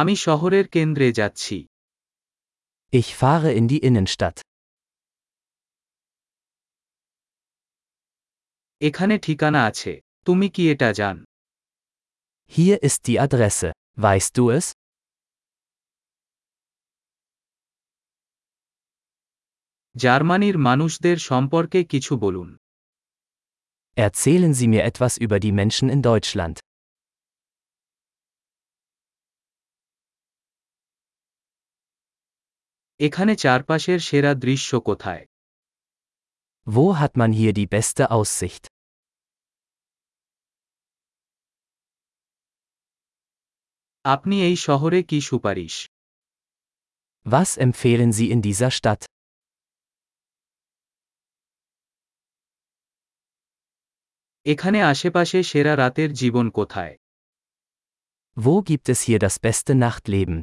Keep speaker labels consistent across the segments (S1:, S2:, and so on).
S1: আমি শহরের কেন্দ্রে যাচ্ছি
S2: Ich fahre in die Innenstadt.
S1: এখানে ঠিকানা আছে তুমি কি এটা জান
S2: Hier ist die Adresse. Weißt du es?
S1: জার্মানির মানুষদের সম্পর্কে কিছু বলুন
S2: Erzählen Sie mir etwas über die Menschen in Deutschland.
S1: এখানে চারপাশের সেরা দৃশ্য কোথায়
S2: Wo hat man hier die beste Aussicht?
S1: আপনি এই শহরে কি সুপারিশ
S2: Was empfehlen Sie in dieser Stadt?
S1: এখানে আশেপাশে সেরা রাতের জীবন কোথায়
S2: Wo gibt es hier das beste Nachtleben?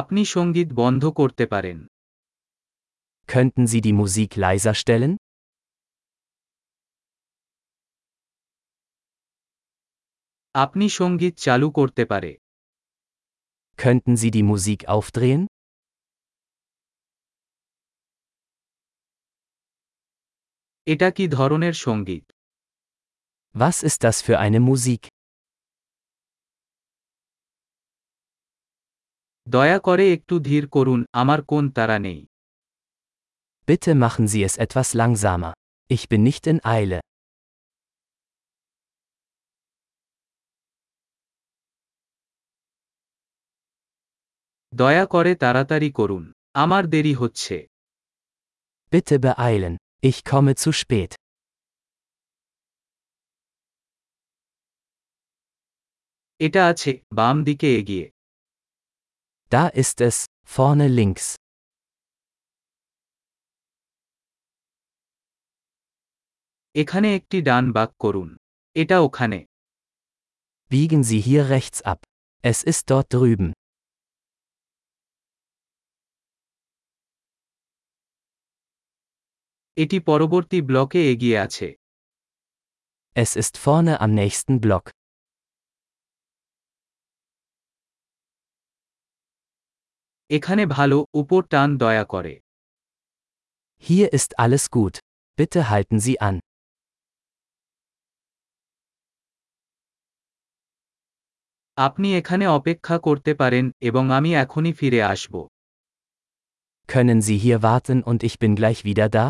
S1: আপনি সঙ্গীত বন্ধ করতে পারেন
S2: Könnten Sie die Musik leiser stellen?
S1: আপনি সঙ্গীত চালু করতে পারে
S2: Könnten Sie die Musik aufdrehen?
S1: এটা কি ধরনের সঙ্গীত
S2: Was ist das für eine Musik?
S1: দয়া করে একটু ধীর করুন আমার কোন তারা নেই
S2: Bitte machen Sie es etwas langsamer. Ich bin nicht in Eile.
S1: দয়া করে তাড়াতাড়ি করুন আমার দেরি হচ্ছে
S2: Bitte beeilen. Ich komme zu spät.
S1: এটা আছে বাম দিকে এগিয়ে
S2: Da ist es, vorne links.
S1: এখানে একটি ডান বাক করুন এটা ওখানে
S2: Biegen Sie hier rechts ab. Es ist dort drüben.
S1: এটি পরবর্তী ব্লকে এগিয়ে আছে
S2: Es ist vorne am nächsten Block.
S1: এখানে ভালো উপর টান দয়া করে
S2: Hier ist alles gut. Bitte halten Sie an.
S1: আপনি এখানে অপেক্ষা করতে পারেন এবং আমি এখনই ফিরে আসব
S2: Können Sie hier warten und ich bin gleich wieder da?